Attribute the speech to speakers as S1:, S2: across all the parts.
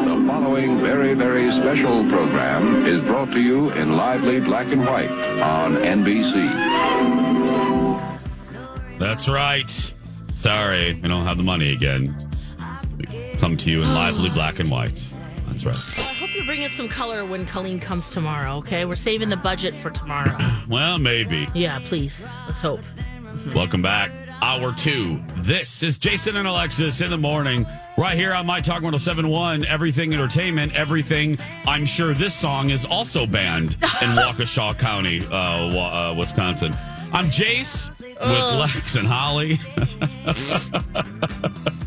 S1: The following very, very special program is brought to you in lively black and white on NBC.
S2: That's right. Sorry, I don't have the money again. We come to you in lively black and white. That's right.
S3: I hope you bring in some color when Colleen comes tomorrow, okay? We're saving the budget for tomorrow.
S2: Well, maybe.
S3: yeah, please. Let's hope.
S2: Welcome back. Hour two. This is Jason and Alexis in the morning, right here on My Talk 1071, Everything Entertainment, Everything. I'm sure this song is also banned in Waukesha County, uh, Wa- uh, Wisconsin. I'm Jace with
S3: Ugh.
S2: Lex and Holly.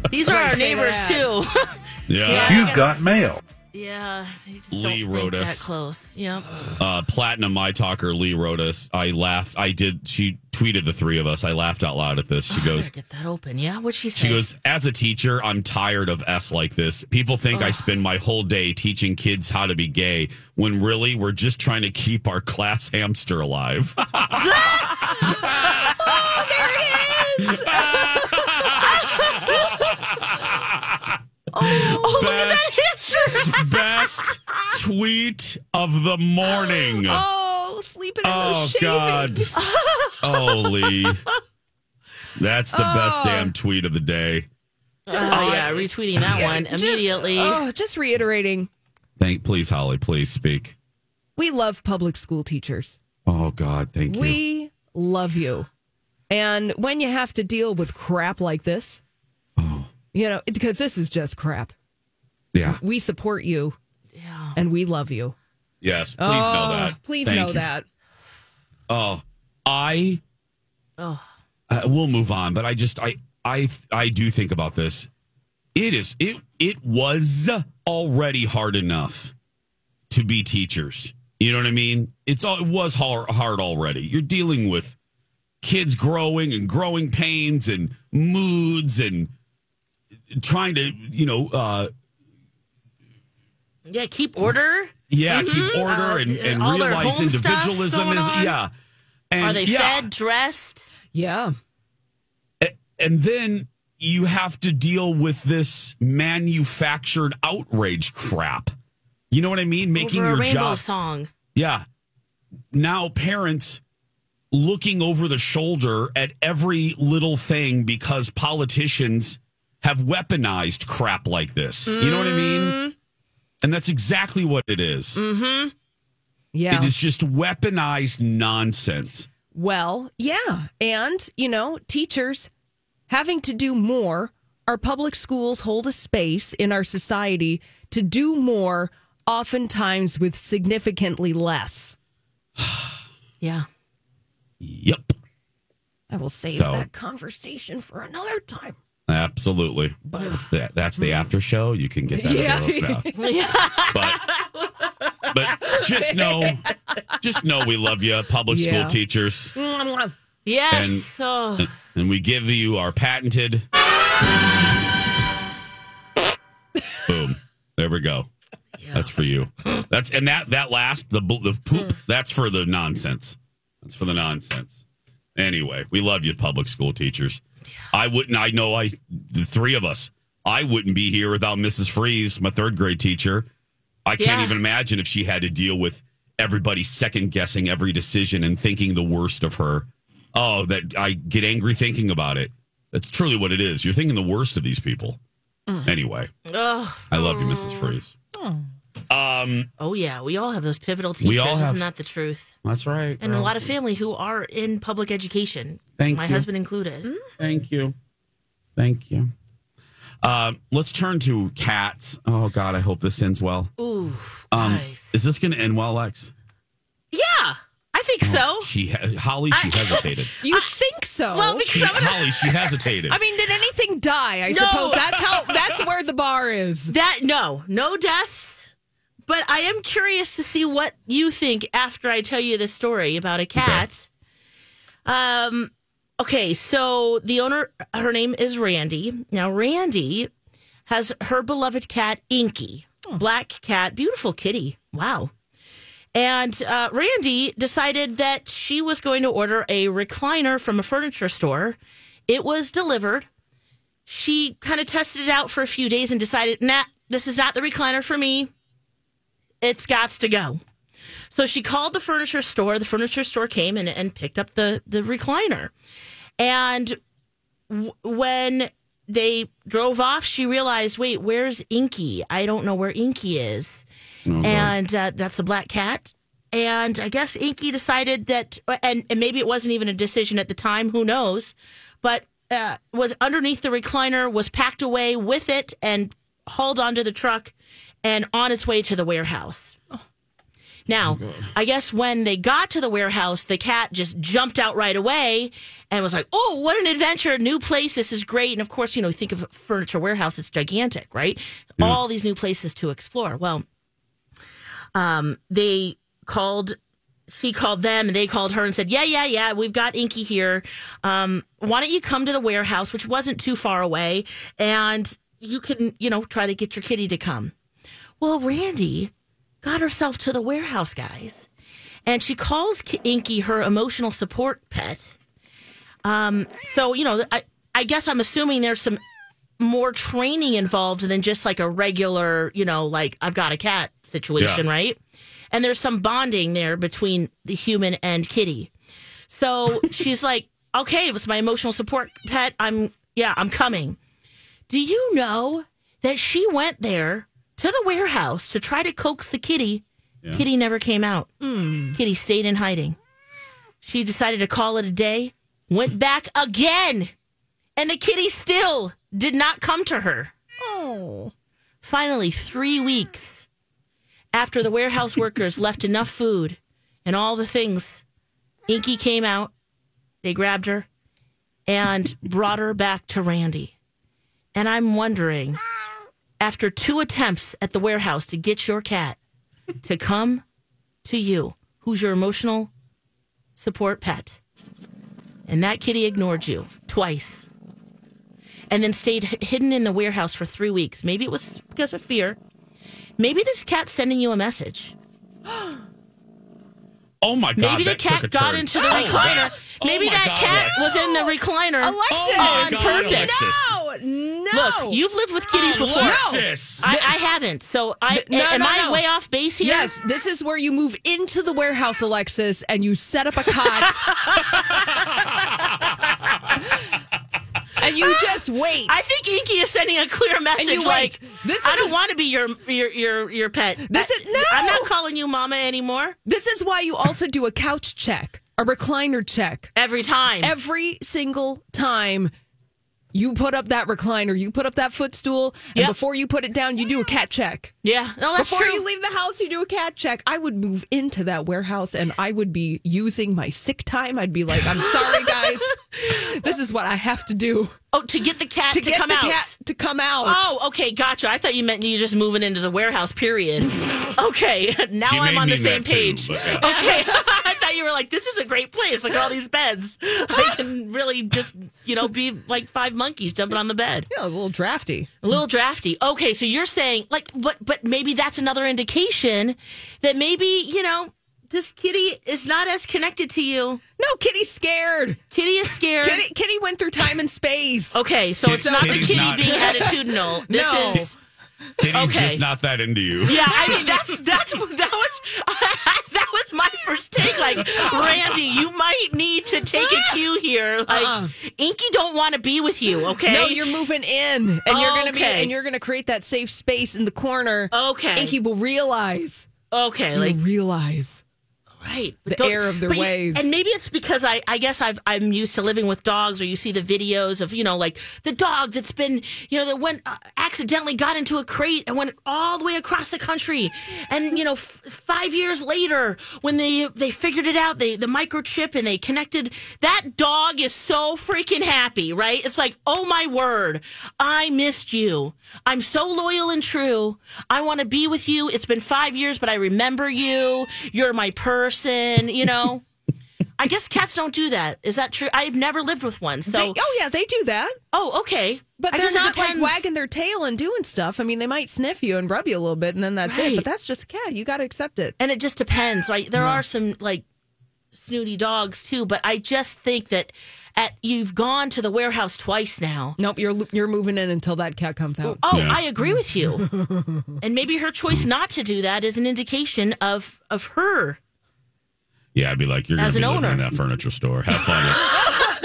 S3: These are our
S4: Say
S3: neighbors,
S4: that.
S3: too.
S2: yeah.
S3: You've got
S2: mail.
S3: yeah. you just
S2: Lee
S3: don't
S2: wrote
S3: think that
S2: us.
S3: close. Yep.
S2: uh, platinum my talker lee wrote us i laughed i did she tweeted the three of us i laughed out loud at this she goes
S3: Get that open. Yeah, what'd she say?
S2: she goes as a teacher i'm tired of s like this people think i spend my whole day teaching kids how to be gay when really we're just trying to keep our class hamster alive
S4: oh, there it is.
S3: oh, look at that
S2: Best.
S3: hamster.
S2: best tweet of the morning
S3: oh, sleeping in
S2: Oh,
S3: those
S2: God.
S3: shavings.
S2: oh lee that's the best damn tweet of the day
S3: Oh, yeah, retweeting that one immediately.
S2: uh,
S4: Oh, just reiterating,
S2: thank please holly please speak
S4: we love public school teachers.
S2: oh god thank you
S4: We love you. And when you have to deal with crap like this,
S2: Oh.
S4: you know, because this is just crap.
S2: yeah
S4: We support you
S3: yeah.
S4: and we love you.
S2: Yes, please
S4: Oh,
S2: know that.
S4: Please
S2: Uh, Thank
S4: know
S2: you.
S4: that.
S2: Oh, I.
S3: Oh.
S2: Uh, we'll move on, but I just I I I do think about this. It is it it was already hard enough to be teachers. You know what I mean? It's all it was hard, hard already. You're dealing with kids growing and growing pains and moods and trying to you know uh
S3: Yeah, keep order.
S2: yeah keep
S3: Mhm.
S2: order
S3: Uh,
S2: and, and
S3: all their
S2: realize
S3: home stuff
S2: individualism
S3: going
S2: is
S3: on.
S2: yeah and
S3: Are they
S2: yeah.
S3: fed, dressed?
S4: Yeah.
S2: and then you have to deal with this manufactured outrage crap. You know what I mean? Making
S3: over a
S2: your
S3: rainbow
S2: job.
S3: song.
S2: Yeah. Now parents looking over the shoulder at every little thing because politicians have weaponized crap like this. You know what I
S3: Mm-hmm.
S2: mean? And that's exactly what it is.
S4: Yeah.
S2: It is just weaponized nonsense.
S4: Well, yeah. And, you know, teachers having to do more. Our public schools hold a space in our society to do more, oftentimes with significantly less.
S3: Yeah.
S2: Yep.
S4: I will save
S2: So-
S4: that conversation for another time.
S2: Absolutely. That's the, that's the after show. You can get that.
S4: Yeah.
S2: Yeah. But, but just know, just know we love you, public
S4: Yeah.
S2: school teachers.
S3: Yes. oh.
S2: And we give you our patented. Boom. There we go. That's for you. That's and that that last the bl- the
S3: Hmm.
S2: poop. That's for the nonsense. That's for the nonsense. Anyway, we love you, public school teachers. I wouldn't. I know. I the three of us. I wouldn't be here without Mrs. Freeze, my third grade teacher. I can't
S3: Yeah.
S2: even imagine if she had to deal with everybody second guessing every decision and thinking the worst of her. Oh, that I get angry thinking about it. That's truly what it is. You're thinking the worst of these people. Anyway,
S3: Mm. Ugh.
S2: I love you, Mrs. Freeze. Um,
S3: Oh yeah, we all have those pivotal teachers.
S2: We all have-
S3: Isn't that the truth?
S2: that's right.
S3: And
S2: girl.
S3: a lot of family who are in public education.
S2: Thank
S3: my
S2: you.
S3: husband included.
S2: Thank you. Thank you. Uh, let's turn to cats. Oh God, I hope this ends well.
S3: Ooh,
S2: Um,
S3: guys.
S2: Is this going to end well, Lex?
S3: yeah, I think so.
S2: She, ha- Holly, she hesitated.
S4: You think so?
S3: Well, because
S2: She,
S3: I'm gonna,
S2: Holly, she hesitated.
S4: I mean, did anything die? I suppose that's how. That's where the bar is.
S3: that no, no deaths. But I am curious to see what you think after I tell you this story about a cat. Um. Okay, so the owner, her name is Randy. Now, Randy has her beloved cat, Inky, black cat, beautiful kitty. Wow. And uh, Randy decided that she was going to order a recliner from a furniture store. It was delivered. She kind of tested it out for a few days and decided, nah, this is not the recliner for me. It's gots to go. So she called the furniture store. The furniture store came and, and picked up the, the recliner. And w- when they drove off, she realized, wait, where's Inky? I don't know where Inky is and uh, that's a black cat. And I guess Inky decided that, and, and maybe it wasn't even a decision at the time. Who knows? But uh, was underneath the recliner, was packed away with it, and hauled onto the truck, and on its way to the warehouse. Now, I guess when they got to the warehouse, the cat just jumped out right away and was like, "Oh, what an adventure! New place. This is great." And of course, you know, think of a furniture warehouse; it's gigantic, right? All these new places to explore. Well they called she called them and they called her and said yeah yeah yeah we've got inky here um, why don't you come to the warehouse which wasn't too far away and you can you know try to get your kitty to come well randy got herself to the warehouse guys and she calls Ki- inky her emotional support pet um, so you know I, I guess i'm assuming there's some more training involved than just like a regular you know like i've got a cat situation
S2: Yeah.
S3: right and there's some bonding there between the human and kitty. So she's like, okay, it was my emotional support pet. I'm, yeah, I'm coming. Do you know that she went there to the warehouse to try to coax the kitty? Kitty never came out. Kitty stayed in hiding. She decided to call it a day, went back again, and the kitty still did not come to her.
S4: Oh,
S3: Finally, three weeks after the warehouse workers left enough food and all the things, Inky came out. They grabbed her and brought her back to Randy. And I'm wondering, after two attempts at the warehouse to get your cat to come to you, who's your emotional support pet, and that kitty ignored you twice and then stayed h- hidden in the warehouse for three weeks. Maybe it was because of fear. Maybe this cat's sending you a message.
S2: oh my God!
S3: Maybe the
S2: that took a
S3: cat got
S2: turn.
S3: into the
S2: Oh,
S3: recliner.
S2: Lex. Oh
S3: Maybe
S2: my
S3: that
S2: God,
S3: cat
S2: Lex.
S3: was in the recliner
S4: Oh.
S3: on
S4: Alexis!
S2: Oh my God,
S3: purpose.
S2: Alexis.
S4: no, no.
S3: Look, you've lived with kitties before.
S2: Oh, Alexis.
S3: I, I haven't. So I
S4: No,
S3: am
S4: no,
S3: I
S4: no.
S3: way off base here?
S4: Yes, this is where you move into the warehouse, Alexis, and you set up a cot. and you just wait.
S3: I think Inky is sending a clear message
S4: you
S3: like
S4: wait. This
S3: I
S4: is
S3: don't
S4: a-
S3: want to be your your your your pet.
S4: This
S3: I-
S4: is- no!
S3: I'm not calling you mama anymore.
S4: this is why you also do a couch check, a recliner check.
S3: Every time.
S4: Every single time you put up that recliner, you put up that footstool, and
S3: Yep.
S4: before you put it down, you do a cat check.
S3: yeah. No, that's
S4: Before
S3: true.
S4: you leave the house, you do a cat check. I would move into that warehouse and I would be using my sick time. I'd be like, I'm sorry, guys. this is what I have to do
S3: oh, to get the cat
S4: to,
S3: to,
S4: get
S3: come
S4: the
S3: out.
S4: cat to come out.
S3: Oh, okay, gotcha. I thought you meant you just moving into the warehouse. Period. okay, now
S2: She
S3: I'm
S2: may
S3: on the
S2: mean
S3: same
S2: that too,
S3: page.
S2: but,
S3: okay,
S2: yeah.
S3: I thought you were like, this is a great place. Look at all these beds. I can really just, you know, be like five monkeys jumping on the bed.
S4: Yeah, a little drafty.
S3: A little drafty. Okay, so you're saying like, but but maybe that's another indication that maybe you know this kitty is not as connected to you.
S4: No, Kitty's scared.
S3: Kitty is scared.
S4: Kitty, Kitty went through time and space.
S3: Okay, so
S2: Kid-
S3: it's not the
S2: kitty's
S3: kitty
S2: not-
S3: being attitudinal. This
S4: No.
S3: is
S2: Kitty's
S3: okay.
S2: just not that into you.
S3: Yeah, I mean that's that's that was that was my first take. Like, Randy, you might need to take a cue here. Like, Inky don't want to be with you. Okay.
S4: Uh-uh. No, you're moving in, and you're gonna be,
S3: Okay.
S4: and you're gonna create that safe space in the corner.
S3: Okay.
S4: Inky will realize,
S3: okay. Like,
S4: will realize.
S3: right.
S4: the
S3: don't-
S4: air of their
S3: but you-
S4: ways.
S3: and maybe it's because I, I guess I've, I'm used to living with dogs, or you see the videos of, you know, like the dog that's been, you know, that went uh, accidentally got into a crate and went all the way across the country. And, you know, f- five years later, when they, they figured it out, they, the microchip and they connected, that dog is so freaking happy, right? It's like, oh my word, I missed you. I'm so loyal and true. I want to be with you. It's been five years, but I remember you. You're my person, you know? I guess cats don't do that. Is that true? I've never lived with one. So,
S4: They- oh yeah, they do that,
S3: oh, okay.
S4: but
S3: I
S4: they're
S3: guess it
S4: not like
S3: depends.
S4: wagging their tail and doing stuff. I mean, they might sniff you and rub you a little bit, and then that's it.
S3: Right.
S4: But that's just cat. You got to accept it.
S3: And it just depends. Like there are some like snooty dogs too, but I just think that at you've gone to the warehouse twice now.
S4: Nope, you're you're moving in until that cat comes out.
S3: Oh,
S2: Yeah.
S3: I agree with you. and maybe her choice not to do that is an indication of of her.
S2: Yeah, I'd be like, you're going
S3: As
S2: to be
S3: an
S2: living in
S3: owner.
S2: that furniture store. Have fun.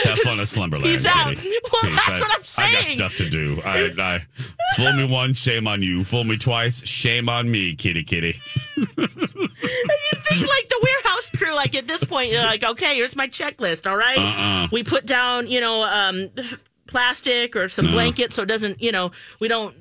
S2: Have fun at Slumberland.
S3: Peace out.
S2: kitty.
S3: Well, that's
S2: I,
S3: what I'm
S2: I got
S3: saying.
S2: stuff to do. I, I fool me once, shame on you. Fool me twice, shame on me, kitty kitty.
S3: You think like the warehouse crew, like at this point, you're like, okay, here's my checklist. All right?
S2: Uh-uh.
S3: we put down, you know, um, plastic or some
S2: Uh-huh.
S3: blanket so it doesn't, you know, we don't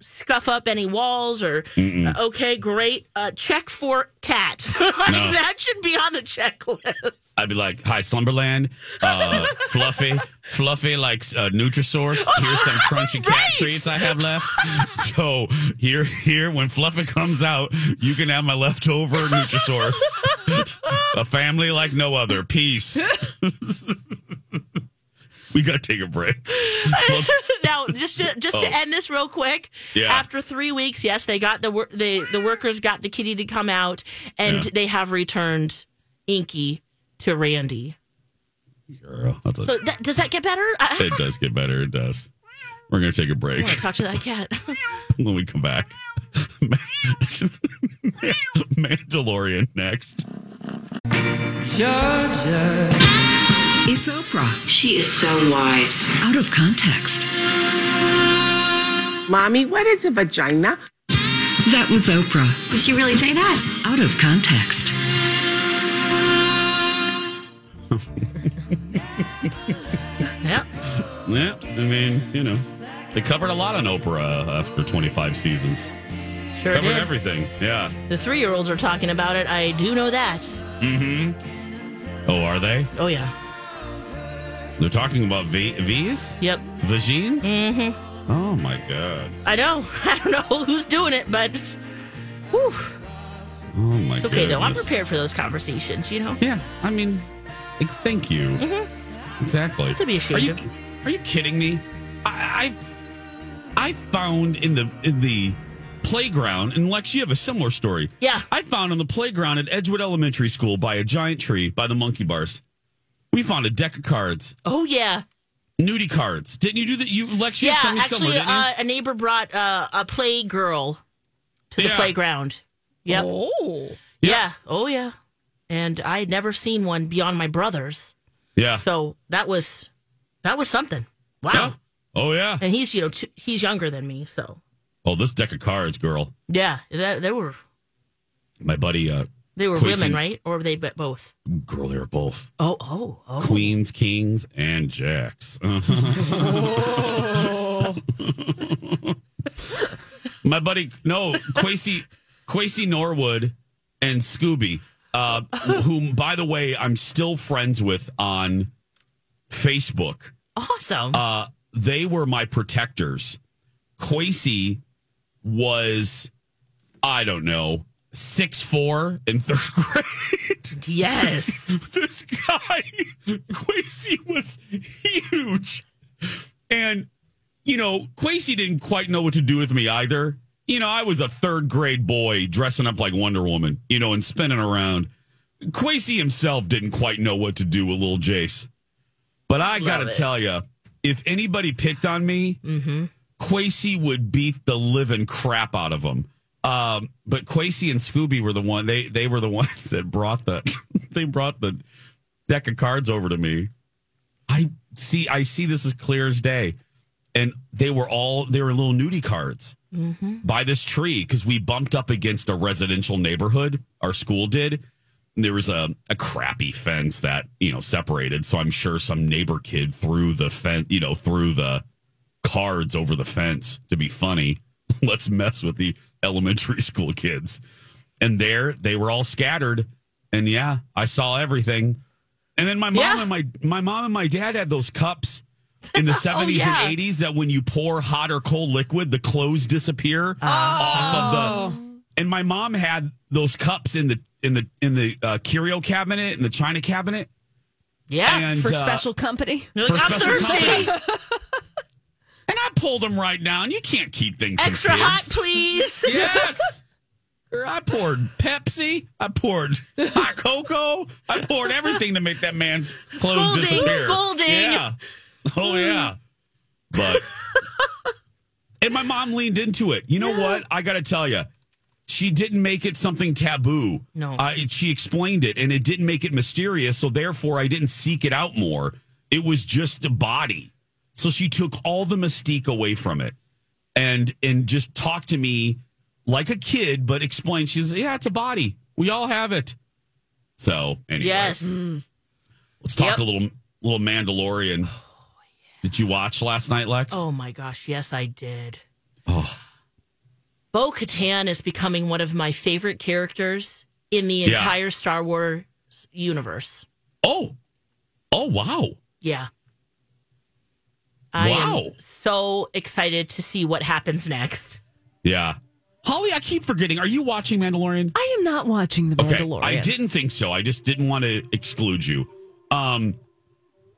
S3: scuff up any walls or Uh, okay great uh check for cat like that should be on the checklist
S2: I'd be like, hi, Slumberland. Uh, fluffy. Fluffy likes uh, Nutrisource. Here's some crunchy cat
S3: Right.
S2: treats I have left. So here, here, when Fluffy comes out, you can have my leftover Nutrisource. a family like no other. Peace. we got to take a break. We'll t-
S3: now just to, just to end this real quick
S2: Oh. Yeah.
S3: after three weeks yes they got the wor- the the workers got the kitty to come out and
S2: Yeah.
S3: they have returned inky to randy
S2: Girl, that's a-
S3: so that, does that get better i,
S2: it does get better. It does. We're going to take a break.
S3: I talk to that cat
S2: when we come back. Mandalorian next.
S5: It's Oprah,
S6: She is so wise.
S5: out of context.
S6: Mommy, what is a vagina?
S5: That was Oprah,
S6: Did she really say that?
S5: out of context.
S3: yeah
S2: Yeah, I mean, you know, they covered a lot on Oprah after 25 seasons.
S3: sure
S2: covered
S3: did.
S2: everything. Yeah.
S3: The three year olds are talking about it. I do know that.
S2: Oh, are they?
S3: Oh, yeah.
S2: They're talking about v- V's?
S3: Yep.
S2: Vagines? Mm-hmm. Oh, my God.
S3: I know. I don't know who's doing it, but whew.
S2: Oh, my
S3: It's
S2: God.
S3: okay, though. I'm prepared for those conversations, you know?
S2: Yeah, I mean, ex- thank you. Exactly.
S3: To Mm-hmm. be ashamed
S2: Are you,
S3: of.
S2: are you kidding me? I, I I found in the in the playground, and Lex, you have a similar story.
S3: Yeah.
S2: I found on the playground at Edgewood Elementary School by a giant tree by the monkey bars. We found a deck of cards,
S3: Oh, yeah.
S2: nudie cards. Didn't you do that? You Lex, you
S3: Yeah,
S2: had something similar,
S3: actually,
S2: didn't you?
S3: uh, a neighbor brought uh, a play girl to the
S2: Yeah.
S3: playground. Yep.
S4: Oh,
S3: Yeah. Oh, yeah. And I had never seen one beyond my brother's.
S2: yeah.
S3: So that was that was something. Wow.
S2: yeah. Oh yeah.
S3: And he's, you know, two, he's younger than me. So,
S2: Oh, this deck of cards, girl.
S3: yeah, that, they were
S2: My buddy, uh,
S3: they were
S2: Quincy-
S3: women, right? Or were they b- both?
S2: girl, they were both
S3: Oh, oh, oh.
S2: queens, kings, and jacks. My buddy, no, Quasi, Quasi Norwood and Scooby, uh, whom, by the way, I'm still friends with on Facebook.
S3: Awesome.
S2: Uh, they were my protectors. Quasi was, I don't know, six four in third grade.
S3: yes.
S2: this guy Quasi was huge. And you know, Quasi didn't quite know what to do with me either. You know, I was a third grade boy dressing up like Wonder Woman, you know, and spinning around. Quasi himself didn't quite know what to do with little Jace. But I got to
S3: it.
S2: tell you, if anybody picked on me, Quasi would beat the living crap out of him. Um, but Quasey and Scooby were the one they they were the ones that brought the they brought the deck of cards over to me. I see I see this as clear as day. And they were all they were little nudie cards by this tree because we bumped up against a residential neighborhood. Our school did. And There was a, a crappy fence that, you know, separated. So I'm sure some neighbor kid threw the fence, you know, threw the cards over the fence to be funny. Let's mess with the elementary school kids. And there they were all scattered. And yeah, I saw everything. And then my mom
S3: Yeah.
S2: and my my mom and my dad had those cups in the 70s
S3: Oh, yeah.
S2: and 80s that when you pour hot or cold liquid, the clothes disappear
S3: Oh.
S2: off of the. And my mom had those cups in the in the in the uh, curio cabinet and the china cabinet
S3: Yeah.
S2: and
S4: for
S2: uh,
S4: special company.
S3: You're
S2: for
S3: like, I'm
S2: special
S3: thirsty.
S2: company. and I pulled them right down. You can't keep things from
S3: Extra
S2: kids.
S3: hot, please.
S2: Yes. Or I poured Pepsi. I poured hot cocoa. I poured everything to make that man's clothes
S3: Scolding,
S2: disappear.
S3: scolding.
S2: Yeah. Oh yeah. But and my mom leaned into it. You know what? I got to tell you. She didn't make it something taboo.
S3: No.
S2: Uh, it- she explained it and it didn't make it mysterious, so therefore I didn't seek it out more. It was just a body. So she took all the mystique away from it and and just talked to me like a kid, but explained she's yeah, it's a body. We all have it. So anyway,
S3: Yes.
S2: let's talk
S3: Yep.
S2: a little little Mandalorian. Did you watch last night, Lex?
S3: Oh my gosh, yes, I did.
S2: Oh.
S3: Bo Katan is becoming one of my favorite characters in the
S2: Yeah.
S3: entire Star Wars universe.
S2: oh, oh wow.
S3: Yeah. I
S2: Wow.
S3: am so excited to see what happens next.
S2: Yeah. Holly, I keep forgetting. Are you watching Mandalorian?
S4: I am not watching The
S2: Okay.
S4: Mandalorian.
S2: I didn't think so. I just didn't want to exclude you. Um,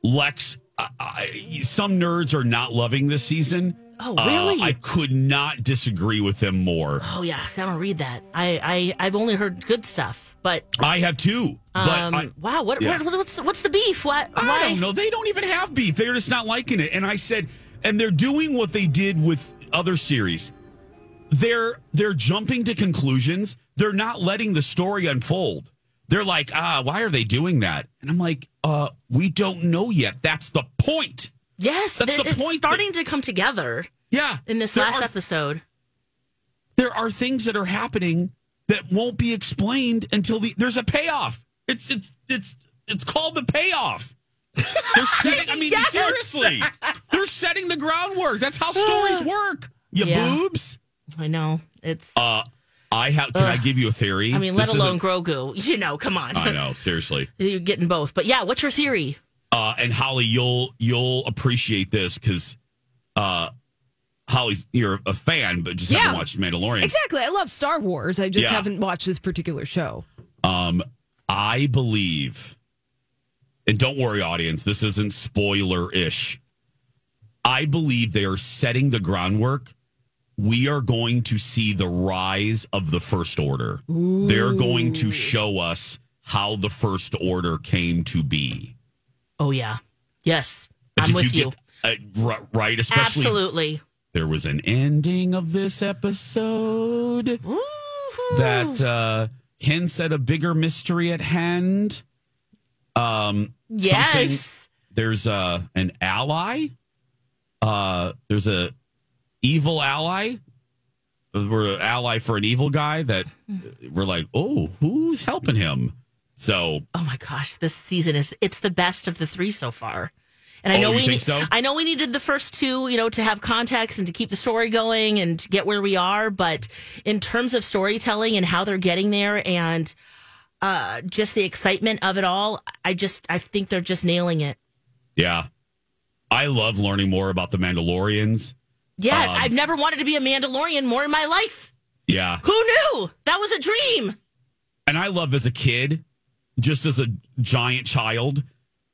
S2: Lex, I, I, some nerds are not loving this season.
S3: Oh,
S2: Uh,
S3: really?
S2: I could not disagree with them more.
S3: oh, yes, I don't read that. I, I, I've only heard good stuff, but.
S2: I have two, but
S3: Um,
S2: I,
S3: wow, what,
S2: yeah.
S3: what, what's what's the beef? What?
S2: I
S3: why?
S2: don't know. They don't even have beef. They're just not liking it. And I said, and they're doing what they did with other series. They're they're jumping to conclusions. They're not letting the story unfold. They're like, ah, why are they doing that? And I'm like, uh, we don't know yet. That's the point.
S3: Yes,
S2: That's
S3: th-
S2: the
S3: it's
S2: point that-
S3: starting to come together
S2: Yeah.
S3: in this
S2: There
S3: last
S2: are-
S3: episode.
S2: There are things that are happening that won't be explained until the there's a payoff. It's it's it's it's called the payoff. They're setting. I mean,
S3: Yes.
S2: seriously, they're setting the groundwork. That's how stories work. You
S3: Yeah.
S2: boobs.
S3: I know. It's
S2: I have. Can I give you a theory?
S3: I mean, let
S2: Um, This
S3: alone
S2: isn't-
S3: Grogu. You know, come on.
S2: I know. Seriously.
S3: You're getting both. But yeah, what's your theory?
S2: Uh, and Holly, you'll you'll appreciate this because uh, Holly's you're a fan, but just
S4: Yeah.
S2: haven't watched Mandalorian.
S4: Exactly. I love Star Wars. I just
S2: Yeah.
S4: haven't watched this particular show.
S2: Um, I believe, and don't worry, audience, this isn't spoiler ish. I believe they are setting the groundwork. We are going to see the rise of the First Order. They're going to show us how the First Order came to be.
S3: Oh yeah. Yes. I'm
S2: Did
S3: with
S2: you
S3: you.
S2: get uh, ri- right? Especially
S3: Absolutely.
S2: there was an ending of this episode that uh, hints at a bigger mystery at hand. Um,
S3: Yes.
S2: there's uh, an ally. Uh, there's a evil ally. We're an ally for an evil guy that we're like, oh, who's helping him? So
S3: Oh my gosh, this season is it's the best of the three so far. And I
S2: Oh,
S3: know
S2: you
S3: we
S2: think so?
S3: I know we needed the first two, you know, to have context and to keep the story going and to get where we are, but in terms of storytelling and how they're getting there and uh just the excitement of it all, I just I think they're just nailing it.
S2: yeah, I love learning more about the Mandalorians.
S3: Yeah,
S2: Um,
S3: I've never wanted to be a Mandalorian more in my life.
S2: Yeah,
S3: Who knew? That was a dream.
S2: and I love as a kid, just as a giant child,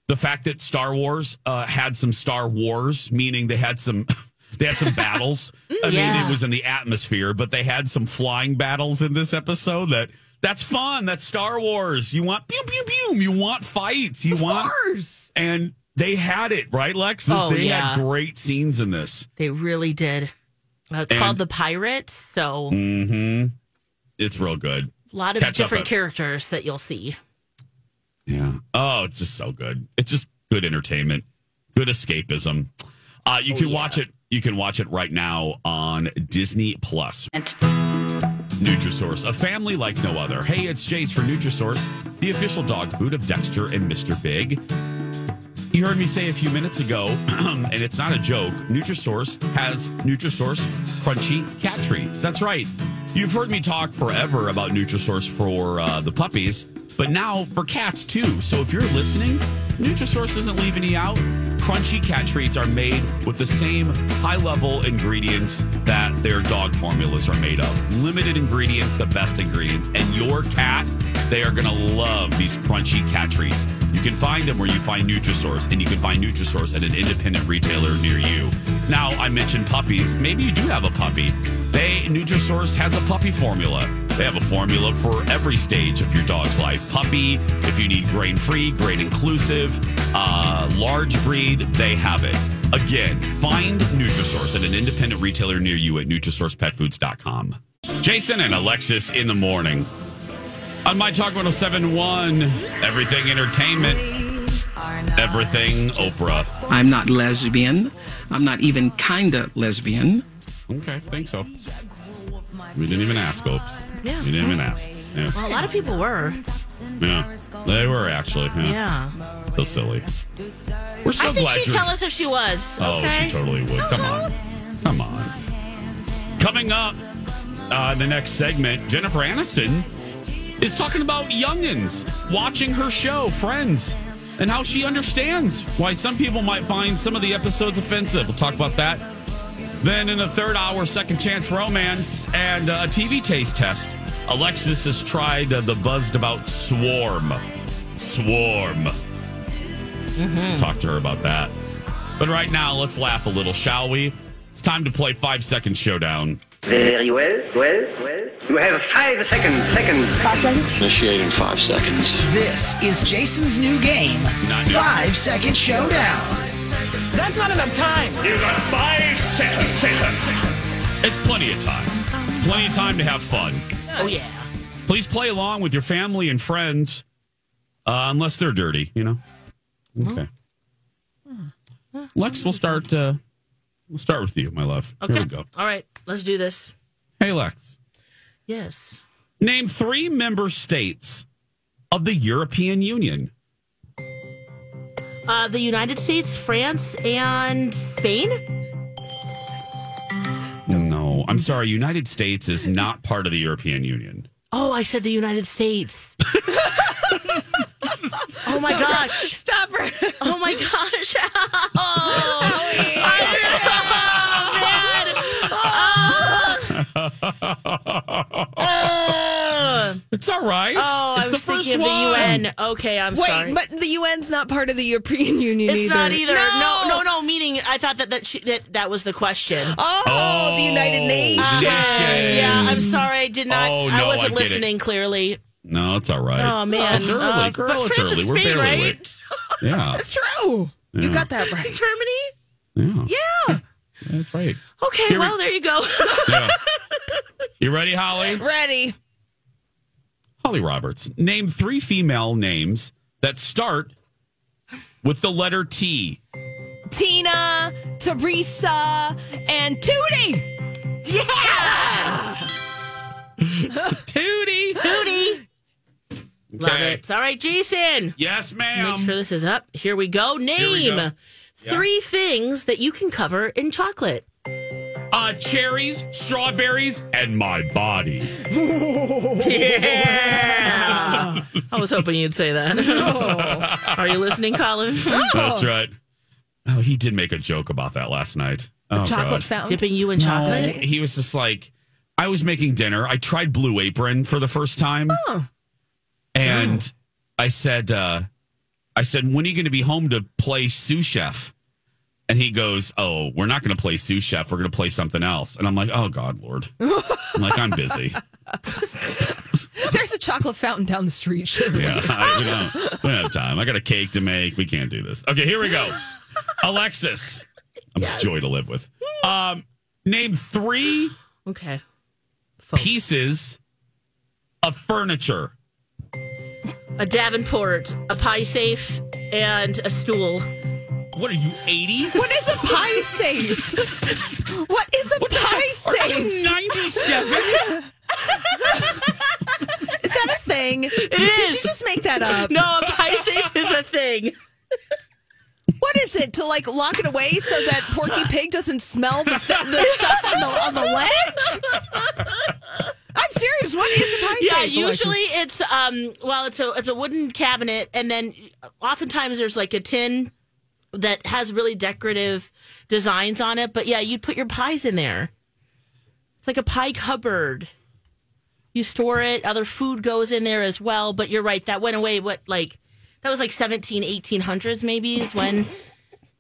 S2: the fact that Star Wars uh, had some Star Wars, meaning they had some they had some battles. I mean,
S3: Mm, yeah.
S2: it was in the atmosphere, but they had some flying battles in this episode. That that's fun. That's Star Wars. You want pew pew pew. You want fights. You want
S4: Wars.
S2: and they had it right, Lex. This-
S3: Oh,
S2: they
S3: yeah.
S2: had great scenes in this.
S3: They really did. Uh, it's
S2: And-
S3: called The Pirate. So,
S2: Mm-hmm. it's real good.
S3: A lot of
S2: Catch up
S3: different
S2: at-
S3: characters that you'll see.
S2: Yeah. Oh, it's just so good. It's just good entertainment, good escapism. Uh, you can watch it. You can watch it right now on Disney Plus. Nutrisource, a family like no other. Hey, it's Jace for Nutrisource, the official dog food of Dexter and Mr. Big. You heard me say a few minutes ago, and it's not a joke. Nutrisource has Nutrisource crunchy cat treats. That's right. You've heard me talk forever about Nutrisource for uh, the puppies, but now for cats too. So if you're listening, Nutrisource isn't leaving you out. Crunchy cat treats are made with the same high level ingredients that their dog formulas are made of. Limited ingredients, the best ingredients. And your cat, they are going to love these crunchy cat treats. You can find them where you find Nutrisource, and you can find Nutrisource at an independent retailer near you. Now, I mentioned puppies. Maybe you do have a puppy. They Nutrisource has a puppy formula. They have a formula for every stage of your dog's life. Puppy, if you need grain-free, grain-inclusive, uh, large breed, they have it. Again, find Nutrisource at an independent retailer near you at NutrisourcePetFoods.com. Jason and Alexis in the morning on My Talk 1071, everything entertainment, everything Oprah.
S7: I'm not lesbian. I'm not even kinda lesbian.
S2: Okay, think so. We didn't even ask, Opes. Yeah. We didn't even ask. Yeah.
S3: Well, a lot of people were.
S2: yeah. They were actually. Yeah.
S3: Yeah.
S2: So silly. We're so
S3: I think
S2: glad
S3: she'd
S2: you're.
S3: tell us if she was.
S2: oh,
S3: okay?
S2: she totally would. Come on. Come on. Coming up uh, in the next segment, Jennifer Aniston is talking about youngins watching her show, Friends, and how she understands why some people might find some of the episodes offensive. We'll talk about that. Then in the third hour, second chance romance and uh, a TV taste test. Alexis has tried uh, the buzzed about swarm. Swarm. Talk to her about that. But right now, let's laugh a little, shall we? It's time to play Five Second Showdown.
S8: Very well, well, well. You have five seconds, seconds.
S9: Initiate in five seconds.
S10: This is Jason's new game,
S2: Not new.
S10: Five Second Showdown.
S11: That's not enough time.
S2: You got five seconds. It's plenty of time. Plenty of time to have fun.
S3: Oh, yeah.
S2: Please play along with your family and friends, uh, unless they're dirty, you know. Okay.
S3: uh,
S2: Lex, we'll start. Uh, we'll start with you, my love.
S3: Okay.
S2: Here we go.
S3: All right. Let's do this.
S2: Hey, Lex.
S3: Yes.
S2: Name three member states of the European Union.
S3: Uh, the United States, France, and Spain?
S2: No, I'm sorry. United States is not part of the European Union.
S3: Oh, I said the United States. oh, my gosh.
S4: Stop her.
S3: Oh, my gosh. Oh, oh,
S2: It's all right.
S3: oh
S2: it's
S3: I
S2: the
S3: was
S2: first
S3: thinking of
S2: one.
S3: the UN. Okay, I'm
S4: Wait,
S3: sorry.
S4: but the UN's not part of the European Union
S3: It's
S4: either.
S3: not either. No, no, no. Meaning, I thought that that she, that, that was the question.
S4: Oh, the United
S2: Oh,
S4: Nations.
S2: the Nations.
S3: yeah, I'm sorry. I did not.
S2: Mm. Oh,
S3: I
S2: no,
S3: wasn't
S2: I get it.
S3: listening clearly.
S2: No, it's all right.
S3: Oh man,
S2: it's early,
S3: Uh,
S2: girl.
S3: but
S2: it's
S3: France
S2: early.
S3: and
S2: We're
S3: Spain,
S2: barely
S3: right?
S2: late. Yeah,
S4: It's true.
S2: Yeah.
S4: You got that right.
S3: Germany.
S2: yeah,
S4: Yeah.
S2: that's right.
S3: Okay,
S2: Here we-
S3: well there you go.
S2: Yeah. you ready, Holly?
S4: Ready.
S2: Holly Roberts. Name three female names that start with the letter T.
S4: Tina, Teresa, and Tootie.
S2: Tootie.
S3: Booty. Love
S2: Okay.
S3: it. All right, Jason.
S2: Yes, ma'am.
S3: Make sure this is up. Here we go. Name
S2: Here we go.
S3: three things that you can cover in chocolate.
S2: uh, cherries, strawberries, and my body.
S3: Yeah. I was hoping you'd say that. Are you listening, Colin?
S2: That's right. Oh, he did make a joke about that last night. Oh,
S4: Chocolate
S2: God.
S4: fountain.
S3: Dipping you in chocolate.
S2: he was just like, I was making dinner. I tried Blue Apron for the first time. And I said, uh, I said, when are you going to be home to play sous chef? And he goes, Oh, we're not going to play sous chef. We're going to play something else. And I'm like, Oh, God, Lord. I'm like, I'm busy.
S4: There's a chocolate fountain down the street. Sure.
S2: Yeah, I, we, don't, we don't have time. I got a cake to make. We can't do this. Okay, here we go. Alexis, I'm a joy to live with. Um, name three
S3: Okay.
S2: pieces of furniture.
S3: a Davenport, a pie safe, and a stool.
S2: What are you, 80?
S4: What is a pie safe? What is a pie
S2: Are you
S4: safe?
S2: 97?
S4: Is that a thing? Did you
S3: is.
S4: just make that up?
S3: No, a pie safe is a thing.
S4: What is it to like lock it away so that Porky Pig doesn't smell the, th- the stuff on the on the ledge? I'm serious. What is a pie
S3: Yeah,
S4: safe? Alexis?
S3: usually it's um well it's a it's a wooden cabinet and then oftentimes there's like a tin that has really decorative designs on it, but yeah, you'd put your pies in there. It's like a pie cupboard. You store it, other food goes in there as well, but you're right, that went away what like that was like 17 1800s maybe is when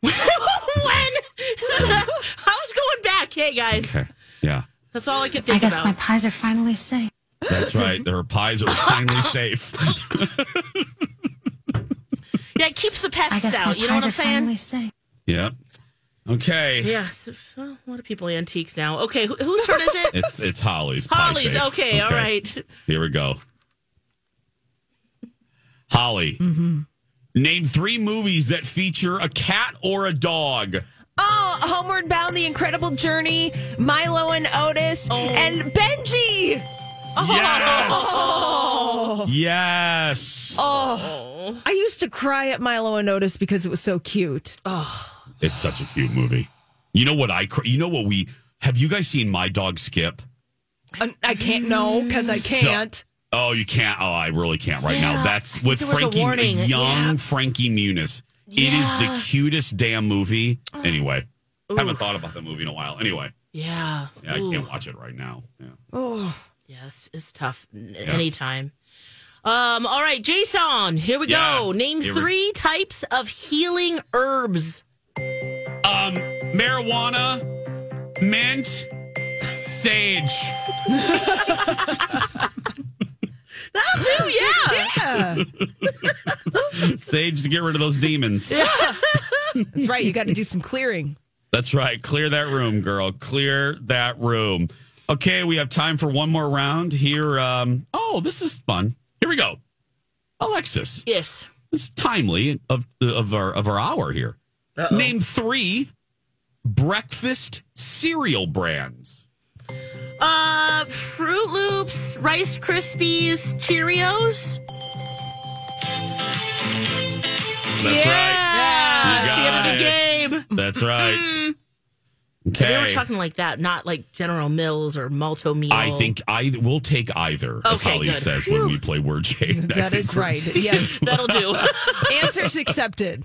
S3: when I was going back. Hey guys,
S2: Yeah.
S3: that's all I could think about.
S6: pies are finally safe.
S2: That's right. There are pies that were finally safe.
S3: yeah, it keeps the pests out. You know what I'm saying?
S6: safe.
S2: Yeah. Okay.
S3: Yes, well, a lot of people antiques now. Okay, who, whose turn is it?
S2: It's it's Holly's. pie
S3: Holly's.
S2: safe.
S3: Okay, all right.
S2: Here we go. Holly, name three movies that feature a cat or a dog.
S4: Oh, Homeward Bound, The Incredible Journey, Milo and Otis,
S3: Oh.
S4: and Benji.
S2: Oh. Yes. Yes.
S4: Oh, I used to cry at Milo and Otis because it was so cute.
S2: It's such a cute movie. You know what I? cr- You know what we? Have you guys seen My Dog Skip?
S4: I, I can't know because I can't.
S2: Oh, you can't. Oh, I really can't right now. That's with
S3: there was a
S2: Frankie,
S3: warning.
S2: young
S3: Yeah.
S2: Frankie Muniz. It is the cutest damn movie. Anyway, haven't thought about the movie in a while. Anyway,
S3: Yeah.
S2: yeah,
S3: Ooh.
S2: I can't watch it right now. Yeah.
S3: Yes, it's tough n- anytime. Um. All right, Jason. Here we go.
S2: Yes,
S3: Name
S2: here we-
S3: three types of healing herbs.
S2: Um, marijuana, mint, sage.
S3: That'll do. Yeah.
S2: Sage to get rid of those demons.
S4: That's right. You got to do some clearing.
S2: That's right. Clear that room, girl. Clear that room. Okay, we have time for one more round here. Um, oh, this is fun. Here we go. Alexis.
S3: yes.
S2: It's timely of of our of our hour here. Name three breakfast cereal brands.
S3: Uh, Fruit Loops, Rice Krispies, Cheerios.
S2: That's
S3: Yeah. It's the end of the
S2: it.
S3: game. Mm-hmm.
S2: That's right.
S3: They were
S2: okay.
S3: talking like that, not like General Mills or Malto Meal.
S2: I think I will take either, as
S3: Okay,
S2: Holly
S3: good.
S2: says
S3: Phew.
S2: when we play word shade.
S4: That is right. Yes.
S3: that'll do.
S4: Answers accepted.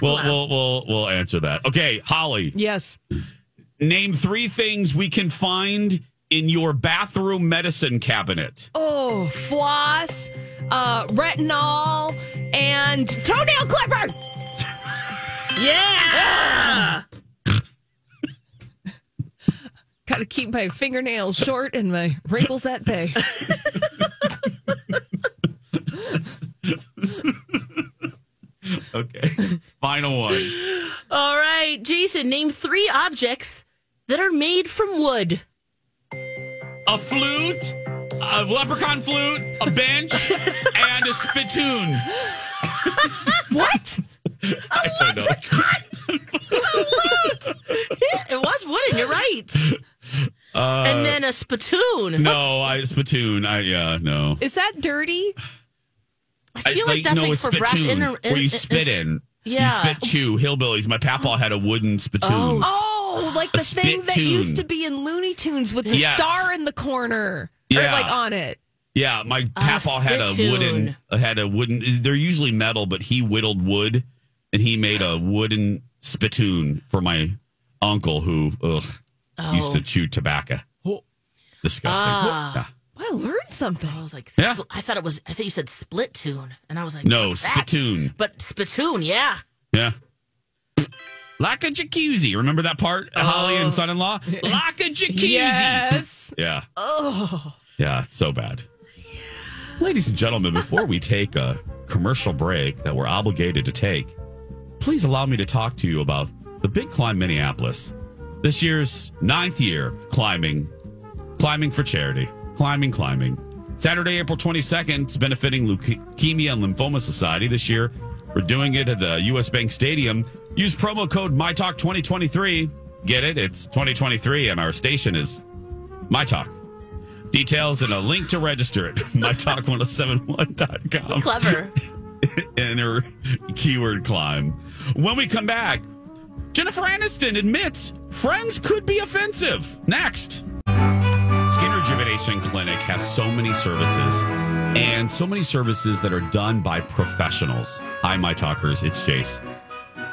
S2: We'll, we'll we'll we'll answer that. Okay, Holly,
S4: Yes.
S2: name three things we can find in your bathroom medicine cabinet.
S4: Oh, floss, uh, retinol, and toenail clipper.
S3: yeah.
S4: Got to keep my fingernails short and my wrinkles at bay.
S2: Okay, final one.
S3: All right, Jason, name three objects that are made from wood.
S2: a flute, a leprechaun flute, a bench, and a spittoon.
S4: What?
S2: I don't know.
S3: It was wooden, you're right. and then a spittoon.
S2: Uh, No, I spittoon. I yeah, no.
S4: Is that dirty?
S3: I feel like, that's
S2: no,
S3: like
S2: a
S3: for brass
S2: spittoon,
S3: inner.
S2: where you spit in.
S3: yeah.
S2: You spit chew. Hillbillies. My papaw had a wooden spittoon.
S4: Oh, like the
S2: A
S4: thing that
S2: spittoon.
S4: used to be in Looney Tunes with the
S2: Yes.
S4: star in the corner. Or
S2: Yeah.
S4: like on it.
S2: Yeah, my papaw had a
S3: spittoon.
S2: wooden uh, had a wooden they're usually metal, but he whittled wood and he made a wooden spittoon for my uncle who ugh, used to chew tobacco. Disgusting. Yeah.
S4: Well, I learned something.
S3: I was like,
S2: Yeah.
S3: I thought it was. I thought you said split tune, and I was like,
S2: No,
S3: what's that?
S2: spittoon.
S3: But spittoon, yeah.
S2: Yeah. Like a jacuzzi. Remember that part? uh, Holly and son in law? Like a jacuzzi. Yeah. Oh. Yeah, it's so bad. Ladies and gentlemen, before we take a commercial break that we're obligated to take, please allow me to talk to you about the Big Climb Minneapolis. This year's ninth year climbing Climbing for charity. Climbing, climbing. Saturday, April 22nd, it's benefiting Leukemia and Lymphoma Society this year. We're doing it at the U.S. Bank Stadium. Use promo code MyTalk2023. Get it? It's 2023, and our station is MyTalk. Details and a link to register at mytalk1071.com.
S3: Clever.
S2: Enter keyword climb. When we come back, Jennifer Aniston admits friends could be offensive. Next. Skin Rejuvenation Clinic has so many services and so many services that are done by professionals. Hi, my talkers. It's Jace.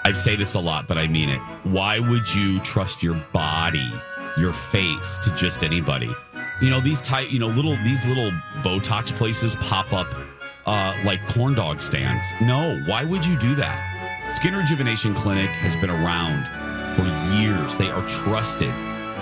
S2: I say this a lot, but I mean it. Why would you trust your body, your face to just anybody? You know, these type, you know, little, these little Botox places pop up uh, like corn dog stands. No, why would you do that? Skin Rejuvenation Clinic has been around for years. They are trusted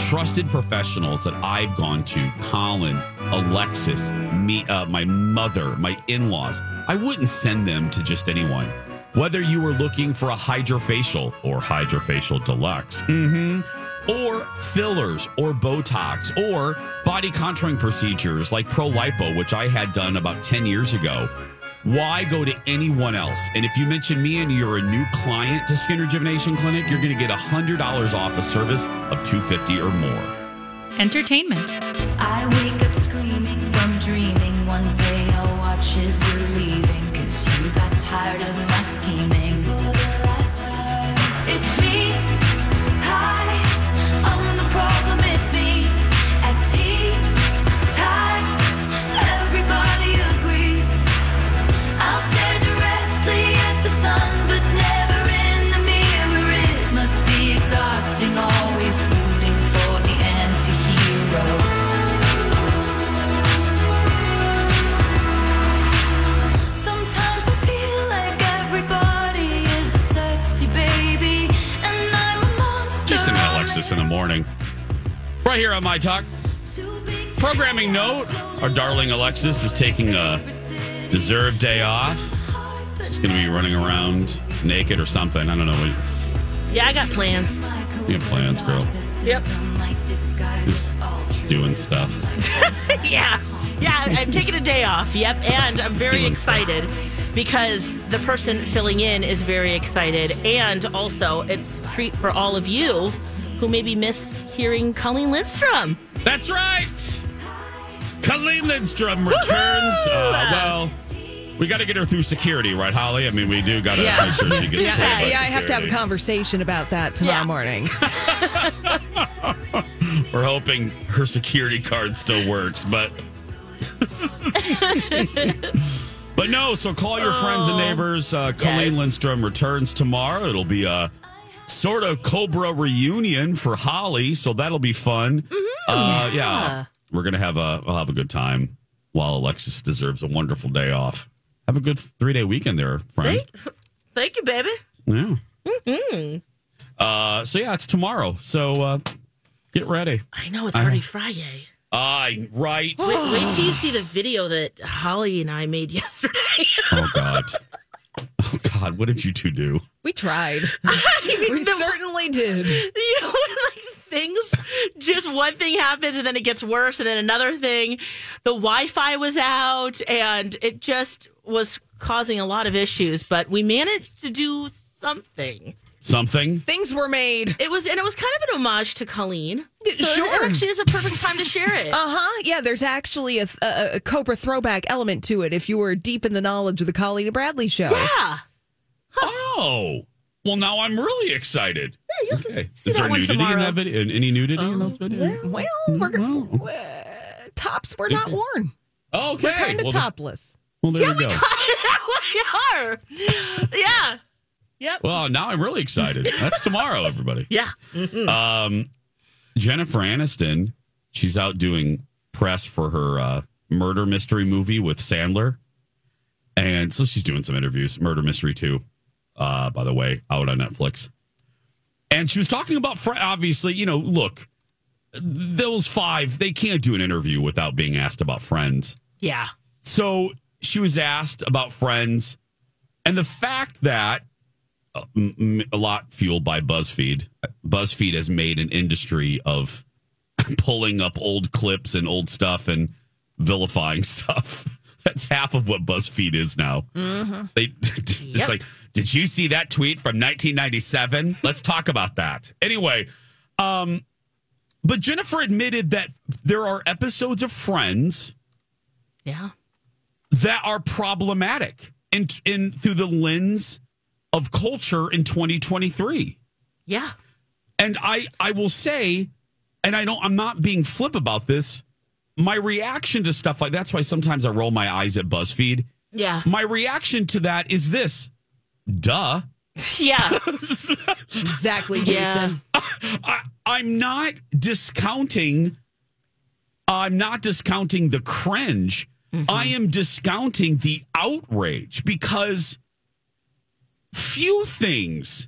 S2: trusted professionals that I've gone to, Colin, Alexis, me, uh, my mother, my in laws, I wouldn't send them to just anyone. Whether you were looking for a hydrofacial or hydrofacial deluxe, mhm, or fillers or Botox or body contouring procedures like ProLipo, which I had done about 10 years ago, why go to anyone else? And if you mention me and you're a new client to Skin Rejuvenation Clinic, you're going to get $100 off a service of 250 or more.
S12: Entertainment.
S13: I wake up screaming from dreaming. One day I'll watch as you're leaving. Cause you got tired of my scheming. It's me. Hi. I'm the problem. It's me. At tea time, everybody agrees. I'll stare directly at the sun, but never in the mirror. It must be exhausting, always rooting for the anti Sometimes I feel like everybody is a sexy baby, and I'm a monster.
S2: Jason and Alexis in the morning. Right here on My Talk. Programming note our darling uh, Alexis is taking a deserved day off. She's going to be running around naked or something. I don't know.
S3: Yeah, I got plans.
S2: We have plans, girl.
S3: Yep.
S2: Just doing stuff.
S3: yeah. Yeah, I'm taking a day off. Yep. And I'm very
S2: Stealing
S3: excited because the person filling in is very excited. And also, it's a treat for all of you who maybe miss hearing Colleen Lindstrom.
S2: That's right. Colleen Lindstrom returns. Uh, well, we got to get her through security, right, Holly? I mean, we do got to
S4: Yeah.
S2: make sure she gets
S4: yeah,
S2: through
S4: yeah,
S2: by
S4: I have to have a
S2: security.
S4: conversation about that tomorrow morning.
S2: We're hoping her security card still works, but but no. So call your friends and neighbors. Uh, Colleen Lindstrom returns tomorrow. It'll be a sort of Cobra reunion for Holly, so that'll be fun. uh, yeah. we're gonna have a we'll have a good time while Alexis deserves a wonderful day off. Have a good three day weekend there, friend.
S3: Thank you, baby.
S2: Yeah.
S3: hmm
S2: Uh, so yeah, it's tomorrow. So uh, get ready.
S3: I know it's
S2: I-
S3: already Friday.
S2: I right.
S3: Wait, wait till you see the video that Holly and I made yesterday.
S2: Oh God. Oh God, what did you two do?
S4: We tried. we certainly did.
S3: you know, like things, just one thing happens and then it gets worse, and then another thing. The Wi Fi was out, and it just was causing a lot of issues, but we managed to do something.
S2: Something?
S4: Things were made.
S3: It was, and it was kind of an homage to Colleen. So it-
S4: sure.
S3: It actually is a perfect time to share it.
S4: Uh huh. Yeah, there's actually a, th- a, a Cobra throwback element to it if you were deep in the knowledge of the Colleen and Bradley show.
S3: yeah.
S2: Oh. Well, now I'm really excited. okay. Is
S4: that
S2: there
S4: one
S2: nudity in
S4: tomorrow. Um,
S2: that video? In- Any nudity in that video?
S4: Well, we're gonna, uh, tops were not
S2: Okay.
S4: worn.
S2: Okay.
S4: We're kind of
S2: well,
S4: topless.
S2: Well, there we go.
S3: that we are. Yeah.
S2: Well, now I'm really excited. That's tomorrow, everybody.
S3: Yeah.
S2: Um, Jennifer Aniston, she's out doing press for her uh, murder mystery movie with Sandler. And so she's doing some interviews, Murder Mystery 2, uh, by the way, out on Netflix. And she was talking about, fr- obviously, you know, look, those five, they can't do an interview without being asked about friends.
S3: Yeah.
S2: So she was asked about friends and the fact that uh, m- m- a lot fueled by BuzzFeed, BuzzFeed has made an industry of pulling up old clips and old stuff and vilifying stuff. That's half of what BuzzFeed is now.
S13: Mm-hmm.
S2: They, it's
S13: Yep.
S2: like, did you see that tweet from 1997? Let's talk about that. Anyway, um, but Jennifer admitted that there are episodes of Friends
S3: Yeah.
S2: that are problematic in, in through the lens of culture in 2023.
S3: Yeah.
S2: And I I will say, and I don't I'm not being flip about this. My reaction to stuff like that's why sometimes I roll my eyes at BuzzFeed.
S3: Yeah.
S2: My reaction to that is this. Duh.
S3: Yeah.
S4: exactly,
S2: Yeah. I, I'm not discounting. I'm not discounting the cringe. I am discounting the outrage because few things,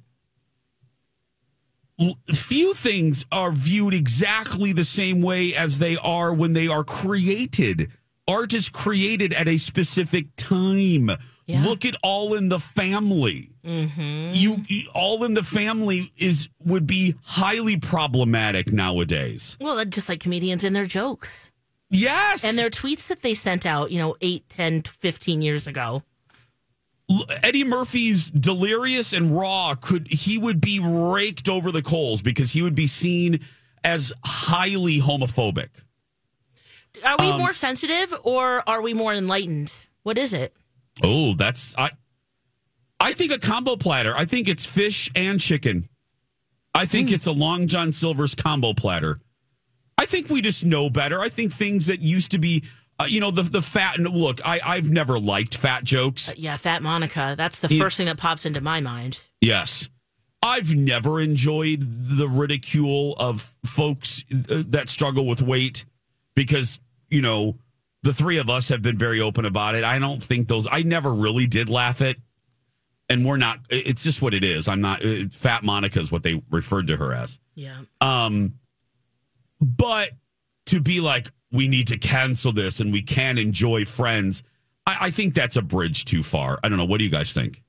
S2: few things are viewed exactly the same way as they are when they are created. Art is created at a specific time. Look at All in the Family
S3: Mm-hmm.
S2: you, you- all in the family is would be highly problematic nowadays.
S3: Well, just like comedians and their jokes.
S2: Yes.
S3: And their tweets that they sent out, you know, 8, 10, 15 years ago.
S2: L- Eddie Murphy's delirious and raw could he would be raked over the coals because he would be seen as highly homophobic.
S3: Are we
S2: Um,
S3: more sensitive or are we more enlightened? What is it?
S2: Oh, that's I I think a combo platter. I think it's fish and chicken. I think it's a Long John Silver's combo platter. I think we just know better. I think things that used to be uh, you know the the fat and look, I I've never liked fat jokes.
S3: Yeah, Fat Monica. That's the
S2: Yeah.
S3: first thing that pops into my mind.
S2: Yes. I've never enjoyed the ridicule of folks uh, that struggle with weight because, you know, the three of us have been very open about it. I don't think those, I never really did laugh at, and we're not, it- it's just what it is. I'm not, uh, Fat Monica is what they referred to her as.
S3: Yeah.
S2: Um, but to be like, we need to cancel this and we can enjoy friends, I, I think that's a bridge too far. I don't know. What do you guys think?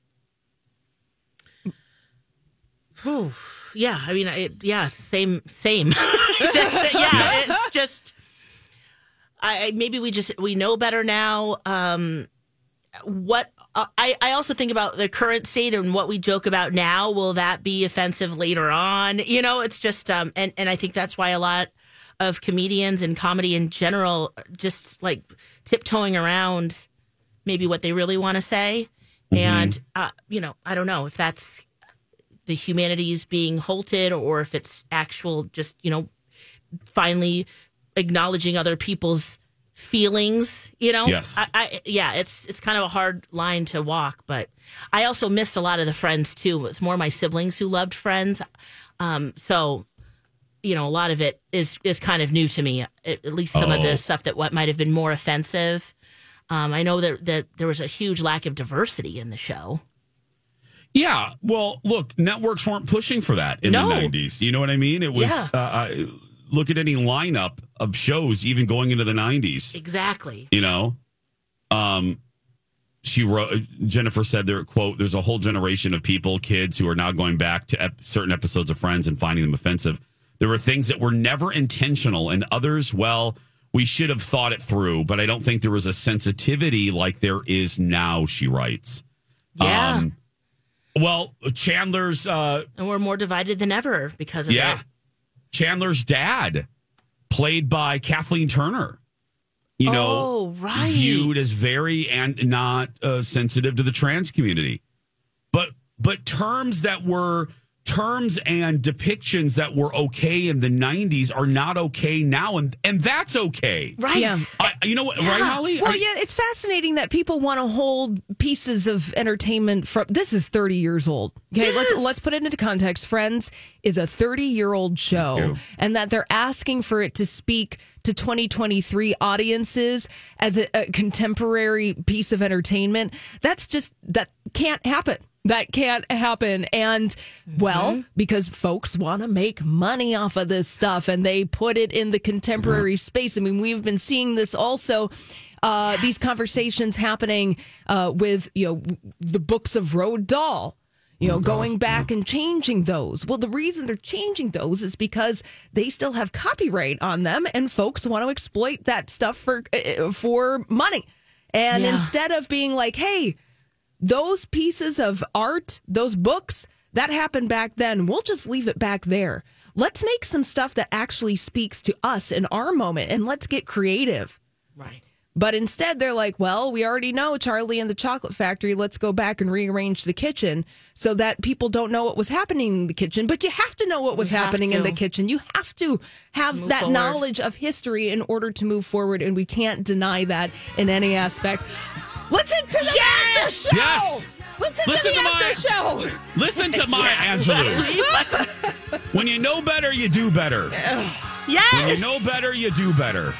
S3: Whew. Yeah, I mean, it, yeah, same, same. That's it. yeah, it's just. I I- maybe we just we know better now. Um, what uh, I I also think about the current state and what we joke about now. Will that be offensive later on? You know, it's just um, and and I think that's why a lot of comedians and comedy in general are just like tiptoeing around maybe what they really want to say. And uh, you know, I don't know if that's the humanities being halted or if it's actual just you know finally acknowledging other people's feelings you know
S13: Yes.
S3: I, I yeah it's it's kind of a hard line to walk but i also missed a lot of the friends too it's more my siblings who loved friends um so you know a lot of it is is kind of new to me at, at least some of
S13: Oh.
S3: the stuff that what might have been more offensive um i know that that there was a huge lack of diversity in the show
S2: Yeah. Well, look, networks weren't pushing for that in
S3: No.
S2: the 90s. You know what I mean? It was,
S3: Yeah.
S2: uh, I, look at any lineup of shows, even going into the 90s,
S3: exactly
S2: you know? Um, she wrote, Jennifer said there, quote, there's a whole generation of people, kids who are now going back to ep- certain episodes of Friends and finding them offensive. There were things that were never intentional and others, well, we should have thought it through, but I don't think there was a sensitivity like there is now, she writes. Um,
S3: Yeah.
S2: well, Chandler's uh,
S3: and we're more divided than ever because of
S2: yeah.
S3: it.
S2: Chandler's dad, played by Kathleen Turner. You know,
S3: Oh, right.
S2: viewed as very and not uh, sensitive to the trans community. But but terms that were terms and depictions that were okay in the 90s are not okay now and and that's okay.
S4: Right. Yeah.
S2: I, you know what, right Holly?
S4: Well,
S2: Are-
S4: yeah, it's fascinating that people want to hold pieces of entertainment from. This is thirty years old. Okay, let's let's put it into context. Friends is a thirty-year-old show,
S13: you.
S4: and that they're asking for it to speak to 2023 audiences as a, a contemporary piece of entertainment. That's just that can't happen. That can't happen. And well, because folks want to make money off of this stuff and they put it in the contemporary space. I mean, we've been seeing this also. Uh, These conversations happening uh, with you know the books of Roald Dahl, you know, going back and changing those. Well, the reason they're changing those is because they still have copyright on them, and folks want to exploit that stuff for uh, for money. And
S12: Yeah.
S4: instead of being like, "Hey, those pieces of art, those books that happened back then, we'll just leave it back there. Let's make some stuff that actually speaks to us in our moment, and let's get creative."
S3: Right.
S4: But instead, they're like, well, we already know Charlie and the Chocolate Factory. Let's go back and rearrange the kitchen so that people don't know what was happening in the kitchen. But you have to know what was
S3: You have
S4: happening in
S3: to.
S4: the kitchen. You have to have
S3: Move
S4: that
S3: forward.
S4: knowledge of history in order to move forward. And we can't deny that in any aspect. Listen to the after show.
S2: Yes!
S4: Listen,
S2: Listen
S4: to
S2: to
S4: the
S2: my-
S4: after show.
S2: Listen to Maya Angelou. when you know better, you do better.
S3: Yes.
S2: When you know better, you do better.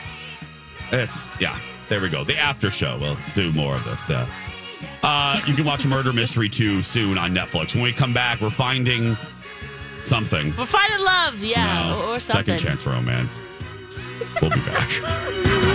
S2: It's yeah. There we go. The after show. We'll do more of this. Yeah. Uh, you can watch Murder Mystery 2 soon on Netflix. When we come back, we're finding something.
S3: We're finding love, yeah,
S2: No,
S3: or something.
S2: Second chance romance. We'll be back.